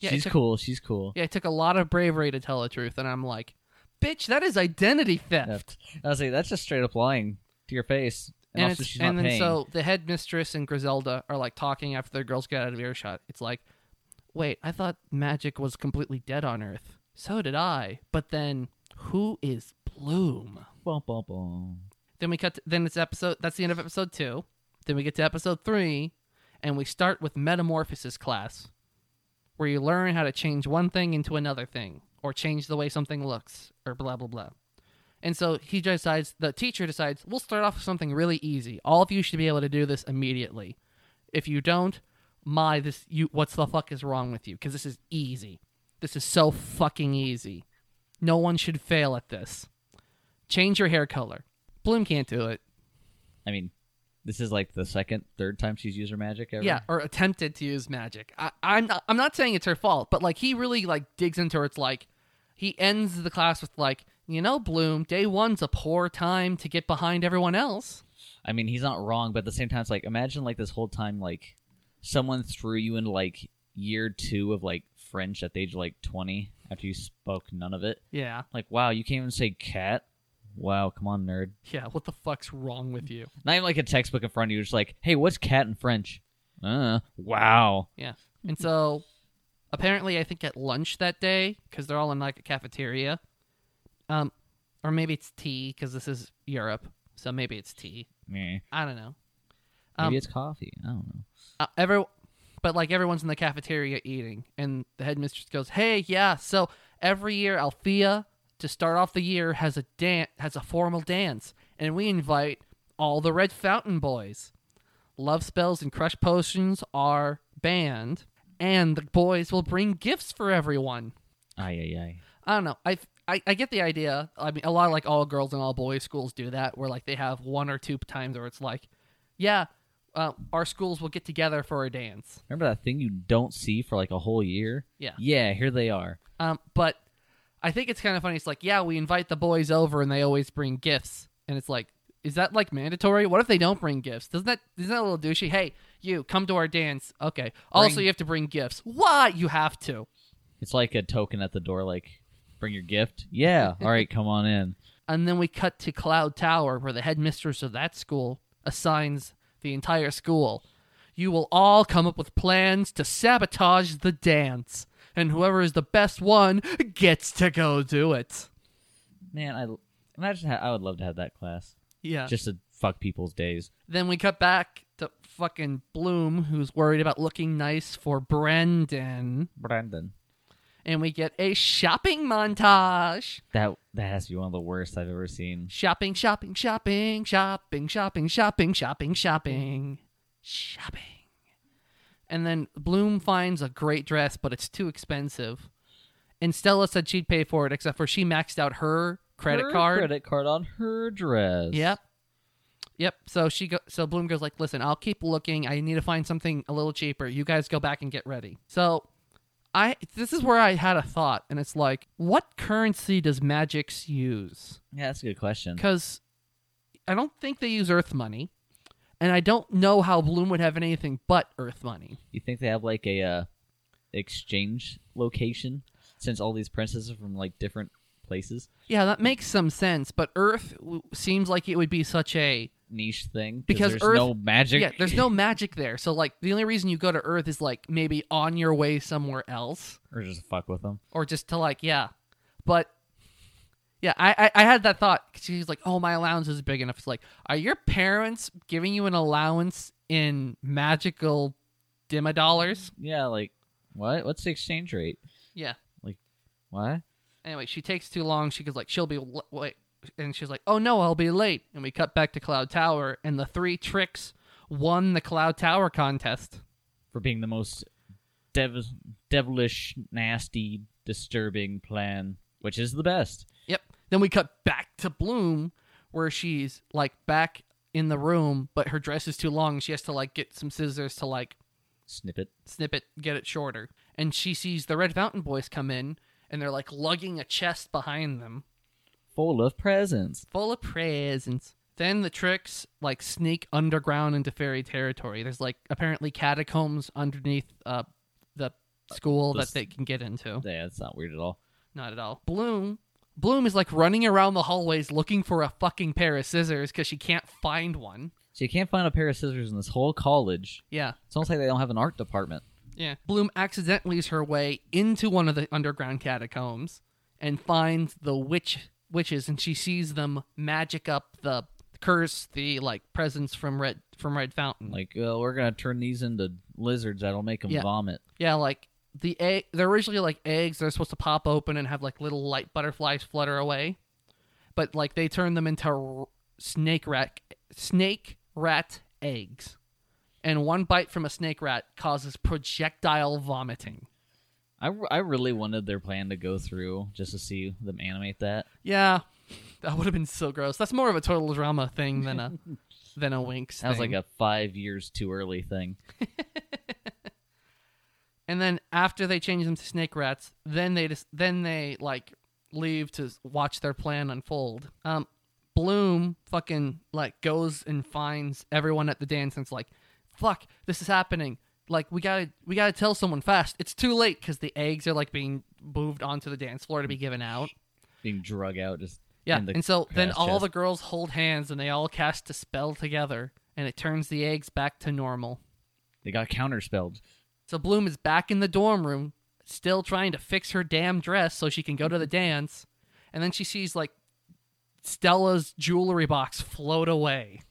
Speaker 1: Yeah, it
Speaker 2: She's
Speaker 1: took-
Speaker 2: cool. She's cool.
Speaker 1: Yeah, it took a lot of bravery to tell the truth, and I'm like, bitch, that is identity theft.
Speaker 2: Theft. I was like, that's just straight up lying to your face. And,
Speaker 1: And,
Speaker 2: also,
Speaker 1: it's,
Speaker 2: she's
Speaker 1: and
Speaker 2: not
Speaker 1: then
Speaker 2: paying.
Speaker 1: so the headmistress and Griselda are like talking after their girls get out of earshot. It's like, wait, I thought magic was completely dead on Earth. So did I. But then, who is Bloom?
Speaker 2: Bum, bum, bum.
Speaker 1: Then we cut. To, then it's episode. That's the end of episode two. Then we get to episode three, and we start with metamorphosis class, where you learn how to change one thing into another thing, or change the way something looks, or blah blah blah. And so he decides. The teacher decides we'll start off with something really easy. All of you should be able to do this immediately. If you don't, my this you what's the fuck is wrong with you? Because this is easy. This is so fucking easy. No one should fail at this. Change your hair color. Bloom can't do it.
Speaker 2: I mean, this is like the second, third time she's used her magic ever.
Speaker 1: Yeah, or attempted to use magic. I, I'm not, I'm not saying it's her fault, but like he really like digs into her. It's like he ends the class with like, you know, Bloom, day one's a poor time to get behind everyone else.
Speaker 2: I mean, he's not wrong, but at the same time, it's like imagine like this whole time, like someone threw you into like year two of like French at the age of like twenty after you spoke none of it.
Speaker 1: Yeah,
Speaker 2: Like, wow, you can't even say cat. wow, come on, nerd.
Speaker 1: Yeah, what the fuck's wrong with you?
Speaker 2: Not even like a textbook in front of you. Just like, hey, what's cat in French? Uh, wow.
Speaker 1: And so apparently, I think at lunch that day, because they're all in like a cafeteria, um, or maybe it's tea, because this is Europe, so maybe it's tea.
Speaker 2: Meh.
Speaker 1: I don't know.
Speaker 2: Maybe
Speaker 1: Um,
Speaker 2: it's coffee. I don't know.
Speaker 1: uh, every but like everyone's in the cafeteria eating and the headmistress goes hey yeah so every year althea to start off the year has a dance has a formal dance and we invite all the red fountain boys love spells and crush potions are banned and the boys will bring gifts for everyone
Speaker 2: Ay ay ay.
Speaker 1: I don't know. I, I I get the idea. I mean, a lot of like all girls and all boys schools do that, where like they have one or two times where it's like, yeah, uh, our schools will get together for a dance.
Speaker 2: Remember that thing you don't see for like a whole year?
Speaker 1: Yeah.
Speaker 2: Yeah, here they are.
Speaker 1: Um, but I think it's kind of funny. It's like, yeah, we invite the boys over and they always bring gifts, and it's like, is that like mandatory? What if they don't bring gifts? Doesn't that isn't that a little douchey? Hey, you come to our dance. Okay. Also,
Speaker 2: Bring-
Speaker 1: you have to bring gifts. What? You have to.
Speaker 2: It's like a token at the door, like bring your gift. Yeah. All right, come on in.
Speaker 1: And then we cut to Cloud Tower, where the headmistress of that school assigns the entire school. You will all come up with plans to sabotage the dance, and whoever is the best one gets to go do it.
Speaker 2: Man, I imagine how, I would love to have that class
Speaker 1: Yeah.
Speaker 2: Uh, just to fuck people's days.
Speaker 1: then we cut back to fucking Bloom, who's worried about looking nice for Brendan,
Speaker 2: Brandon,
Speaker 1: and we get a shopping montage.
Speaker 2: that that has to be one of the worst I've ever seen.
Speaker 1: Shopping, shopping, shopping, shopping, shopping, shopping, shopping, shopping, shopping. And then Bloom finds a great dress, but it's too expensive. And Stella said she'd pay for it, except for she maxed out her credit
Speaker 2: Her
Speaker 1: card.
Speaker 2: credit card on her dress.
Speaker 1: Yep. Yep. So she go- so Bloom goes like, "Listen, I'll keep looking. I need to find something a little cheaper. You guys go back and get ready." So I this is where I had a thought and it's like, "What currency does Magix use?"
Speaker 2: Yeah, that's a good question.
Speaker 1: Cuz I don't think they use earth money, and I don't know how Bloom would have anything but earth money.
Speaker 2: You think they have like a uh, exchange location since all these princesses are from like different places?
Speaker 1: Yeah, that makes some sense, but earth w- seems like it would be such a
Speaker 2: Niche thing
Speaker 1: Because
Speaker 2: there's
Speaker 1: Earth-
Speaker 2: no magic.
Speaker 1: Yeah, there's no magic there. So like the only reason you go to earth is like maybe on your way somewhere else.
Speaker 2: or just fuck with them.
Speaker 1: or just to like yeah but yeah i i, I had that thought 'cause she's like oh my allowance is big enough it's like are your parents giving you an allowance in magical dimma dollars
Speaker 2: Yeah, like what? What's the exchange rate?
Speaker 1: yeah
Speaker 2: What?
Speaker 1: anyway she takes too long she goes like she'll be l- wait and she's like oh no i'll be late and we cut back to cloud tower and the three tricks won the cloud tower contest
Speaker 2: For being the most dev- devilish, nasty, disturbing plan, which is the best.
Speaker 1: Yep. Then we cut back to Bloom, where she's like back in the room, but her dress is too long. She has to like get some scissors to like
Speaker 2: Snippet.
Speaker 1: snip it, get it shorter. And she sees the Red Fountain Boys come in, and they're like lugging a chest behind them
Speaker 2: Full of presents.
Speaker 1: full of presents. Then the tricks like sneak underground into fairy territory. There's like apparently catacombs underneath uh, the school
Speaker 2: The
Speaker 1: that
Speaker 2: s-
Speaker 1: they can get into.
Speaker 2: Yeah, it's not weird at all.
Speaker 1: Not at all. Bloom. Bloom is like running around the hallways looking for a fucking pair of scissors because she can't find one.
Speaker 2: So you can't find a pair of scissors in this whole college.
Speaker 1: Yeah.
Speaker 2: It's almost like they don't have an art department.
Speaker 1: Yeah. Bloom accidentally is her way into one of the underground catacombs and finds the witch witches and she sees them magic up the curse, the like presence from Red from Red Fountain.
Speaker 2: Like, oh, we're gonna turn these into lizards that'll make them
Speaker 1: Yeah.
Speaker 2: vomit.
Speaker 1: Yeah, like the egg. They're originally like eggs. They're supposed to pop open and have like little light butterflies flutter away, but like they turn them into r- snake rat snake rat eggs, and one bite from a snake rat causes projectile vomiting.
Speaker 2: I, r- I really wanted their plan to go through just to see them animate that.
Speaker 1: Yeah, that would have been so gross. That's more of a total drama thing than a than a winks.
Speaker 2: That was
Speaker 1: thing.
Speaker 2: like a five years too early thing.
Speaker 1: And then after they change them to snake rats, then they just then they like leave to s- watch their plan unfold. Um, Bloom fucking like goes and finds everyone at the dance and's like, "Fuck, this is happening! Like we gotta we gotta tell someone fast. It's too late because the eggs are like being moved onto the dance floor to be given out."
Speaker 2: Being drug out, just
Speaker 1: Yeah,
Speaker 2: in the
Speaker 1: and so then
Speaker 2: crab's
Speaker 1: all
Speaker 2: chest.
Speaker 1: the girls hold hands and they all cast a spell together, and it turns the eggs back to normal.
Speaker 2: They got counterspelled.
Speaker 1: So Bloom is back in the dorm room, still trying to fix her damn dress so she can go to the dance, and then she sees like Stella's jewelry box float away.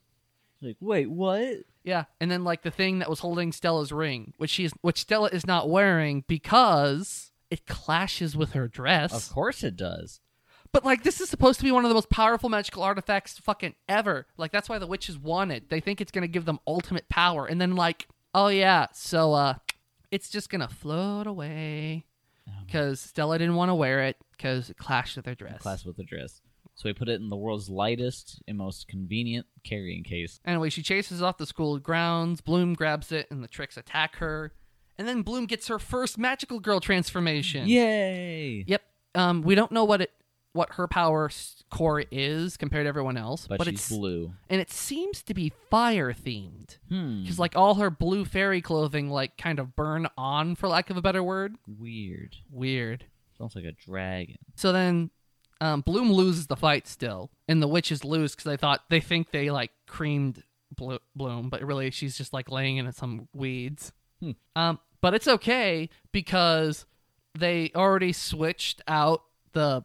Speaker 2: Like, wait, what?
Speaker 1: Yeah, and then like the thing that was holding Stella's ring, which she is, which Stella is not wearing because it clashes with her dress.
Speaker 2: Of course it does.
Speaker 1: But like this is supposed to be one of the most powerful magical artifacts fucking ever. Like that's why the witches want it. They think it's gonna give them ultimate power. And then like, oh yeah, so uh it's just gonna float away.
Speaker 2: Oh,
Speaker 1: Because Stella didn't want to wear it because it clashed with her dress.
Speaker 2: Class with a dress. So we put it in the world's lightest and most convenient carrying case.
Speaker 1: Anyway, she chases off the school grounds. Bloom grabs it, and the tricks attack her. And then Bloom gets her first magical girl transformation.
Speaker 2: Yay!
Speaker 1: Yep. Um, we don't know what it, what her power s- core is compared to everyone else,
Speaker 2: But,
Speaker 1: but,
Speaker 2: she's
Speaker 1: it's
Speaker 2: blue.
Speaker 1: and it seems to be fire themed
Speaker 2: Hmm.
Speaker 1: because like all her blue fairy clothing like kind of burn on for lack of a better word
Speaker 2: Weird.
Speaker 1: weird
Speaker 2: Sounds like a dragon.
Speaker 1: so then um, bloom loses the fight still and the witches lose because they thought they think they like creamed Blo- bloom but really she's just like laying in some weeds
Speaker 2: Hmm.
Speaker 1: um, but it's okay because they already switched out the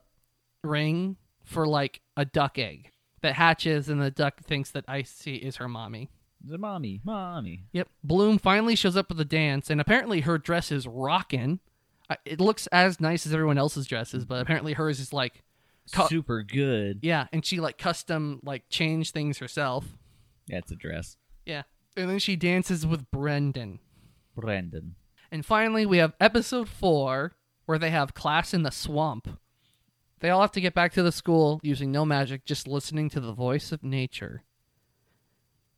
Speaker 1: ring for like a duck egg that hatches and the duck thinks that icy is her mommy
Speaker 2: The mommy, mommy.
Speaker 1: Yep. Bloom finally shows up at the dance, and apparently her dress is rocking. It looks as nice as everyone else's dresses, but apparently hers is like, Co-
Speaker 2: Super good.
Speaker 1: yeah, and she like custom like changed things herself.
Speaker 2: That's a dress.
Speaker 1: Yeah. And then she dances with Brendan.
Speaker 2: Brandon.
Speaker 1: And finally, we have episode four where they have class in the swamp. They all have to get back to the school using no magic, just listening to the voice of nature.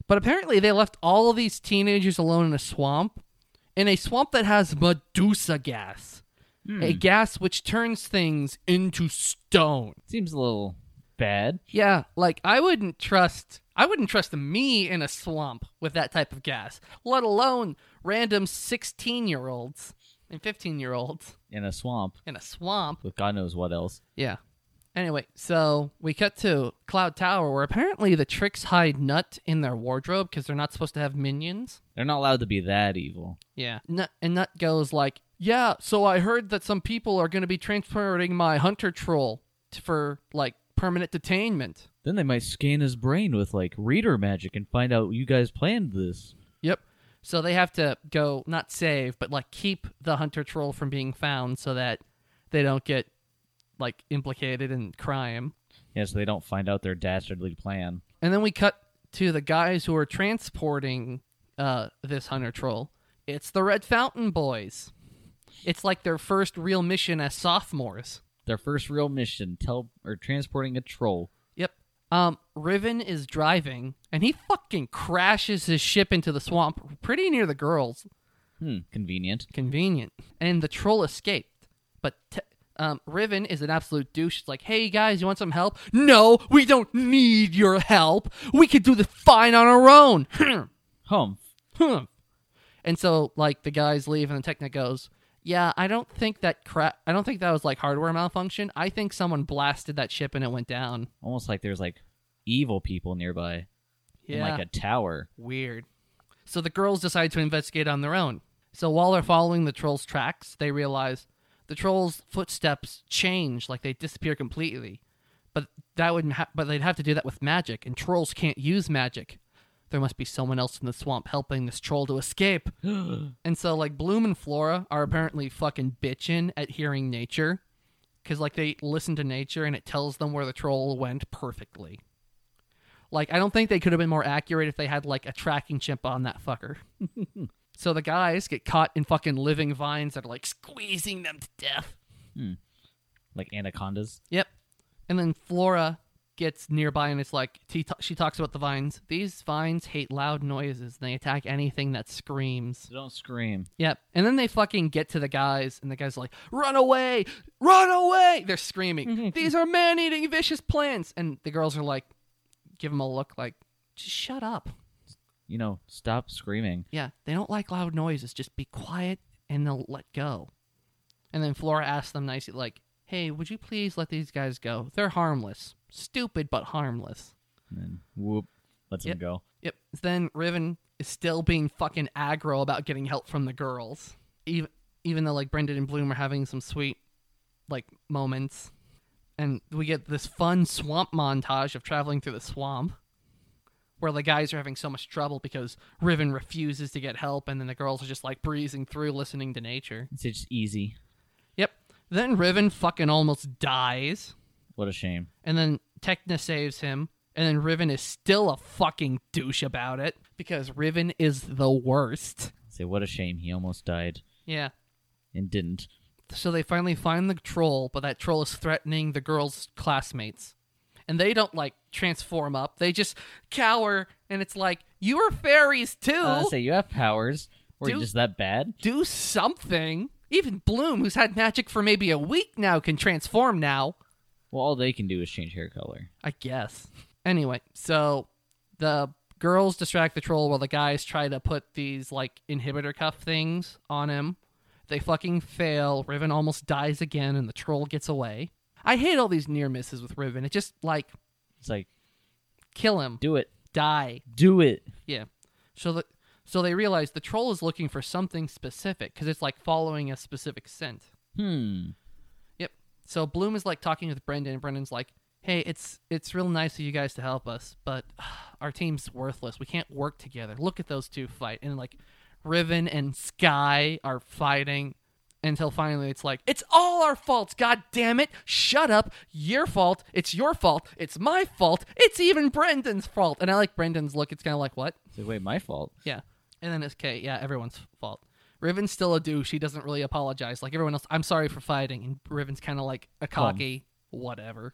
Speaker 1: But apparently, they left all of these teenagers alone in a swamp, in a swamp that has Medusa gas, a gas which turns things into stone.
Speaker 2: Seems a little bad.
Speaker 1: Yeah, like I wouldn't trust I wouldn't trust me in a swamp with that type of gas, let alone random 16-year-olds and 15-year-olds
Speaker 2: In a swamp
Speaker 1: in a swamp.
Speaker 2: with God knows what else.
Speaker 1: Yeah. Anyway, so we cut to Cloud Tower where apparently the tricks hide Nut in their wardrobe because they're not supposed to have minions.
Speaker 2: They're not allowed to be that evil.
Speaker 1: Yeah. Nut, and Nut goes like, "Yeah, so I heard that some people are going to be transferring my hunter troll t- for like permanent detainment."
Speaker 2: Then they might scan his brain with like reader magic and find out you guys planned this.
Speaker 1: Yep. So they have to go not save, but like keep the hunter troll from being found so that they don't get like implicated in crime.
Speaker 2: Yeah, so they don't find out their dastardly plan.
Speaker 1: And then we cut to the guys who are transporting uh this hunter troll. It's the Red Fountain boys. It's like their first real mission as sophomores.
Speaker 2: Their first real mission, tell or transporting a troll.
Speaker 1: Yep. Um, Riven is driving, and he fucking crashes his ship into the swamp pretty near the girls.
Speaker 2: Hmm, convenient.
Speaker 1: Convenient. And the troll escaped. But t- um, Riven is an absolute douche. It's like, hey guys, you want some help? No, we don't need your help. We could do this fine on our own. Hmph,
Speaker 2: Humph.
Speaker 1: hmph. and so, like, the guys leave, and the technic goes, yeah, I don't think that crap. I don't think that was like hardware malfunction. I think someone blasted that ship and it went down.
Speaker 2: Almost like there's like evil people nearby. In
Speaker 1: Yeah.
Speaker 2: like a tower.
Speaker 1: Weird. So the girls decide to investigate on their own. So while they're following the troll's tracks, they realize the troll's footsteps change, like they disappear completely. But that would, ha- but they'd have to do that with magic, and trolls can't use magic. There must be someone else in the swamp helping this troll to escape. and so, like Bloom and Flora are apparently fucking bitching at hearing nature, because like they listen to nature and it tells them where the troll went perfectly. Like, I don't think they could have been more accurate if they had like a tracking chip on that fucker. so the guys get caught in fucking living vines that are like squeezing them to death.
Speaker 2: Like anacondas.
Speaker 1: Yep. And then Flora gets nearby and it's like she, ta- she talks about the vines. These vines hate loud noises and they attack anything that screams.
Speaker 2: So don't scream.
Speaker 1: Yep. And then they fucking get to the guys, and the guys are like, "Run away! Run away!" They're screaming. These are man-eating vicious plants, and the girls are like, give them a look, like, just shut up.
Speaker 2: You know, stop screaming.
Speaker 1: Yeah, they don't like loud noises. Just be quiet, and they'll let go. And then Flora asks them nicely, like, hey, would you please let these guys go? They're harmless. Stupid, but harmless.
Speaker 2: And then whoop, lets
Speaker 1: Yep.
Speaker 2: him go.
Speaker 1: Yep. Then Riven is still being fucking aggro about getting help from the girls. Even even though like Brendan and Bloom are having some sweet like moments. And we get this fun swamp montage of traveling through the swamp where the guys are having so much trouble because Riven refuses to get help and then the girls are just like breezing through listening to nature.
Speaker 2: It's just easy.
Speaker 1: Yep. Then Riven fucking almost dies.
Speaker 2: What a shame.
Speaker 1: And then Tekna saves him. And then Riven is still a fucking douche about it because Riven is the worst.
Speaker 2: Say what a shame. He almost died
Speaker 1: Yeah.
Speaker 2: and didn't.
Speaker 1: So they finally find the troll, but that troll is threatening the girls' classmates. And they don't like transform up. They just cower and it's like, you are fairies too.
Speaker 2: Uh, say you have powers. Or you
Speaker 1: Dude.
Speaker 2: just that bad?
Speaker 1: Do something. Even Bloom, who's had magic for maybe a week now, can transform now.
Speaker 2: Well, all they can do is change hair color.
Speaker 1: I guess. Anyway, so the girls distract the troll while the guys try to put these like inhibitor cuff things on him. They fucking fail. Riven almost dies again and the troll gets away. I hate all these near misses with Riven. It just like
Speaker 2: It's like
Speaker 1: kill him,
Speaker 2: do it,
Speaker 1: die.
Speaker 2: do it.
Speaker 1: Yeah. So the so they realize the troll is looking for something specific cuz it's like following a specific scent.
Speaker 2: Hmm.
Speaker 1: Yep. So Bloom is like talking with Brendan, and Brendan's like, "Hey, it's it's real nice of you guys to help us, but our team's worthless. We can't work together. Look at those two fight." And like, Riven and Sky are fighting until finally it's like, "It's all our faults. God damn it! Shut up. Your fault. It's your fault. It's my fault. It's even Brendan's fault." And I like Brendan's look. It's kind of like, "What?"
Speaker 2: It's like, wait, my fault.
Speaker 1: Yeah. And then it's Kate. Yeah, everyone's fault. Riven's still a douche. He doesn't really apologize. Like everyone else, I'm sorry for fighting. And Riven's kind of like a cocky, whatever.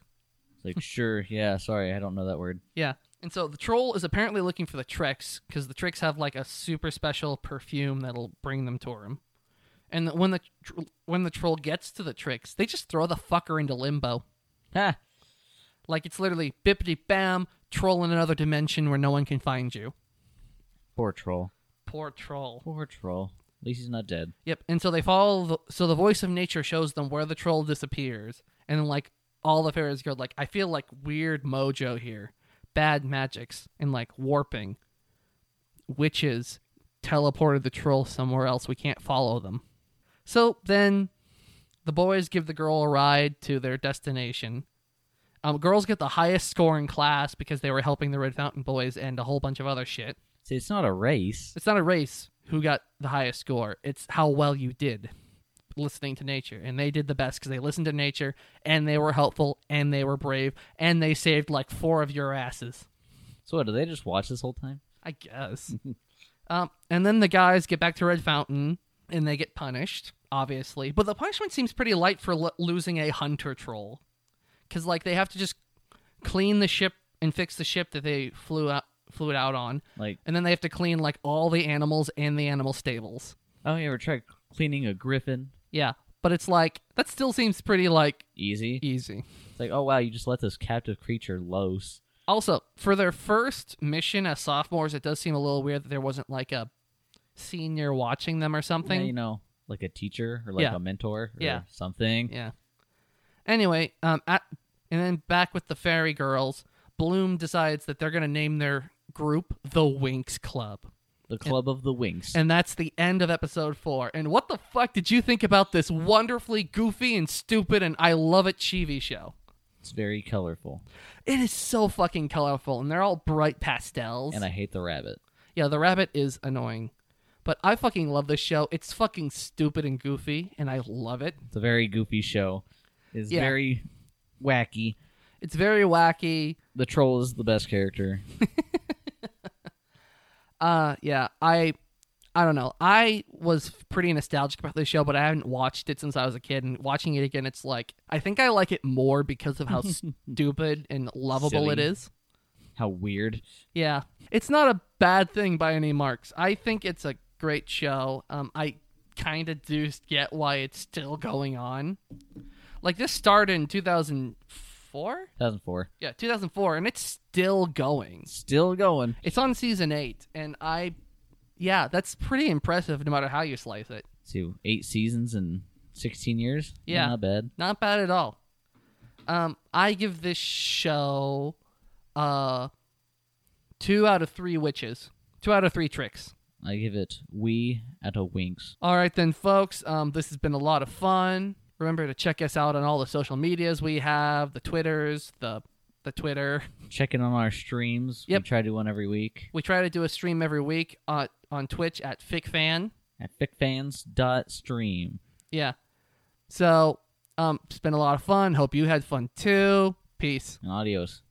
Speaker 2: It's like, sure, yeah, sorry, I don't know that word.
Speaker 1: Yeah. And so the troll is apparently looking for the Trix because the Trix have like a super special perfume that'll bring them to him. And the- when the tr- when the troll gets to the Trix, they just throw the fucker into limbo.
Speaker 2: Ha!
Speaker 1: Like it's literally bippity bam, troll in another dimension where no one can find you.
Speaker 2: Poor troll.
Speaker 1: Poor troll.
Speaker 2: Poor troll. At least he's not dead.
Speaker 1: Yep. And so they follow. The, so the voice of nature shows them where the troll disappears, and then like all the fairies go like, I feel like weird mojo here, bad magics, and like warping. Witches teleported the troll somewhere else. We can't follow them. So then, the boys give the girl a ride to their destination. Um, girls get the highest score in class because they were helping the Red Fountain boys and a whole bunch of other shit.
Speaker 2: See, it's not a race.
Speaker 1: It's not a race who got the highest score. It's how well you did listening to nature. And they did the best because they listened to nature and they were helpful and they were brave and they saved like four of your asses.
Speaker 2: So what, do they just watch this whole time?
Speaker 1: I guess. um, and then the guys get back to Red Fountain and they get punished, obviously. But the punishment seems pretty light for lo- losing a hunter troll. Because, like, they have to just clean the ship and fix the ship that they flew out, flew it out on.
Speaker 2: Like,
Speaker 1: And then they have to clean, like, all the animals and the animal stables.
Speaker 2: oh, you ever tried cleaning a griffin?
Speaker 1: Yeah, but it's like that still seems pretty like
Speaker 2: Easy.
Speaker 1: easy.
Speaker 2: It's like, oh wow, you just let this captive creature loose.
Speaker 1: Also, for their first mission as sophomores, it does seem a little weird that there wasn't like a senior watching them or
Speaker 2: Yeah,
Speaker 1: something.
Speaker 2: you know, like a teacher or like
Speaker 1: Yeah.
Speaker 2: a mentor or
Speaker 1: Yeah.
Speaker 2: something.
Speaker 1: Yeah. Anyway, um, at, and then back with the fairy girls, Bloom decides that they're gonna name their group the Winx Club,
Speaker 2: The Club of the Winks.
Speaker 1: and that's the end of episode four. And what the fuck did you think about this wonderfully goofy and stupid and I love it TV show?
Speaker 2: it's very colorful.
Speaker 1: It is so fucking colorful, and they're all bright pastels.
Speaker 2: And I hate the rabbit.
Speaker 1: yeah, the rabbit is annoying, but I fucking love this show. It's fucking stupid and goofy, and I love it.
Speaker 2: It's a very goofy show. It's
Speaker 1: Yeah.
Speaker 2: very wacky.
Speaker 1: It's very wacky.
Speaker 2: The troll is the best character.
Speaker 1: Uh, yeah, I, I don't know. I was pretty nostalgic about this show, but I haven't watched it since I was a kid. And watching it again, it's like I think I like it more because of how stupid and lovable it
Speaker 2: Silly.
Speaker 1: is.
Speaker 2: How weird.
Speaker 1: Yeah. It's not a bad thing by any marks. I think it's a great show. Um, I kind of do get why it's still going on. Like, this started in 2004?
Speaker 2: 2004.
Speaker 1: Yeah, 2004, and it's still going.
Speaker 2: Still going.
Speaker 1: It's on season eight, and I. Yeah, that's pretty impressive no matter how you slice it.
Speaker 2: to eight seasons and 16 years.
Speaker 1: Yeah.
Speaker 2: Not bad.
Speaker 1: Not bad at all. Um, I give this show uh two out of three witches. Two out of three tricks.
Speaker 2: I give it we at a winks.
Speaker 1: All right then folks, um this has been a lot of fun. Remember to check us out on all the social medias we have, the Twitters, the the Twitter.
Speaker 2: Checking on our streams.
Speaker 1: Yep.
Speaker 2: We try to do one every week
Speaker 1: We try to do a stream every week on on Twitch at FicFan.
Speaker 2: at ficfans.stream.
Speaker 1: Yeah. So, um it's been a lot of fun. Hope you had fun too. Peace.
Speaker 2: Adios.